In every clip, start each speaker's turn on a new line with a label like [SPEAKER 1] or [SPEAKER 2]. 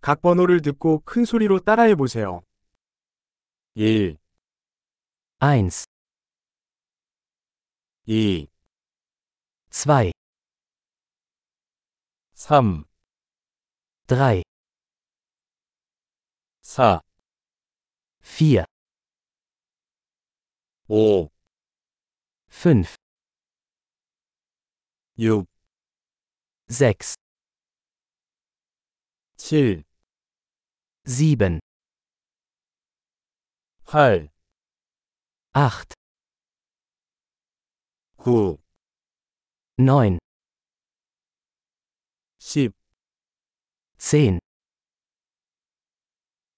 [SPEAKER 1] 각 번호를 듣고 큰 소리로 따라해 보세요. 1,
[SPEAKER 2] 1,
[SPEAKER 1] 2,
[SPEAKER 2] 2,
[SPEAKER 1] 3,
[SPEAKER 2] 3,
[SPEAKER 1] 4,
[SPEAKER 2] 4,
[SPEAKER 1] 5,
[SPEAKER 2] 5,
[SPEAKER 1] 6,
[SPEAKER 2] 6,
[SPEAKER 1] 7,
[SPEAKER 2] 7,
[SPEAKER 1] 8,
[SPEAKER 2] 8,
[SPEAKER 1] 9,
[SPEAKER 2] 9,
[SPEAKER 1] 10,
[SPEAKER 2] 10,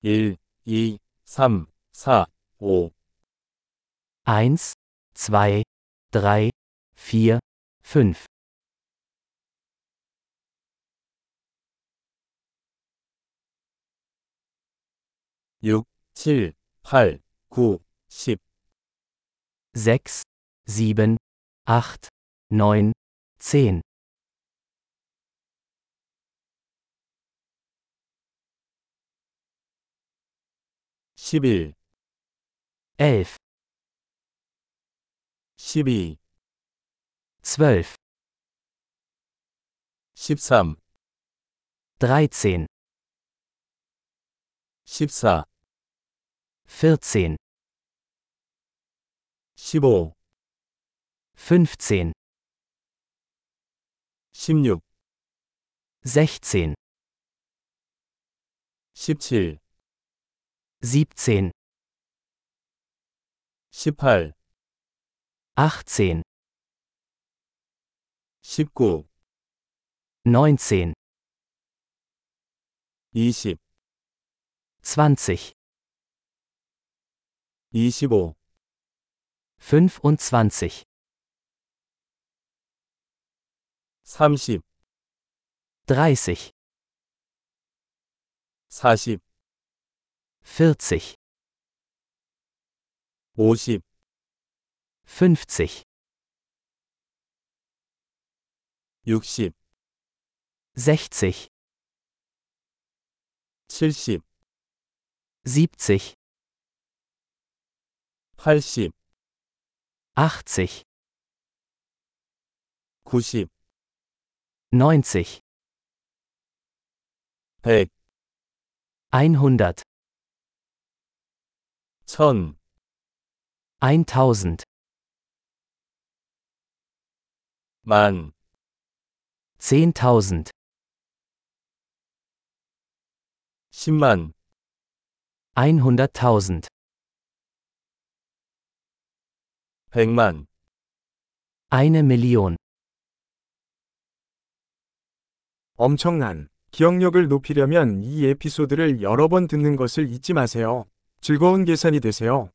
[SPEAKER 1] 1, 2, 3, 4, 5,
[SPEAKER 2] 1, 2, 3, 4, 5,
[SPEAKER 1] 6, 7, 8, 9, 10,
[SPEAKER 2] 6, 7, 8, 9, 10,
[SPEAKER 1] 11,
[SPEAKER 2] 11,
[SPEAKER 1] 12,
[SPEAKER 2] 12,
[SPEAKER 1] 13,
[SPEAKER 2] 13, 14,
[SPEAKER 1] 14, 15,
[SPEAKER 2] 15,
[SPEAKER 1] 16,
[SPEAKER 2] 16,
[SPEAKER 1] 17,
[SPEAKER 2] 17,
[SPEAKER 1] 18,
[SPEAKER 2] 18,
[SPEAKER 1] 19,
[SPEAKER 2] 19,
[SPEAKER 1] 20,
[SPEAKER 2] 20, e
[SPEAKER 1] 25,
[SPEAKER 2] 25,
[SPEAKER 1] 30,
[SPEAKER 2] 30,
[SPEAKER 1] 40,
[SPEAKER 2] 40,
[SPEAKER 1] 50,
[SPEAKER 2] 50,
[SPEAKER 1] 60,
[SPEAKER 2] 60,
[SPEAKER 1] 70,
[SPEAKER 2] 70,
[SPEAKER 1] 80,
[SPEAKER 2] 80,
[SPEAKER 1] 90,
[SPEAKER 2] 90,
[SPEAKER 1] 100,
[SPEAKER 2] 100,
[SPEAKER 1] 1000,
[SPEAKER 2] 1000,
[SPEAKER 1] 만,
[SPEAKER 2] 10.000,
[SPEAKER 1] 10만,
[SPEAKER 2] 100.000,
[SPEAKER 1] 100만,
[SPEAKER 2] eine Million.
[SPEAKER 1] 엄청난 기억력을 높이려면 이 에피소드를 여러 번 듣는 것을 잊지 마세요. 즐거운 계산이 되세요.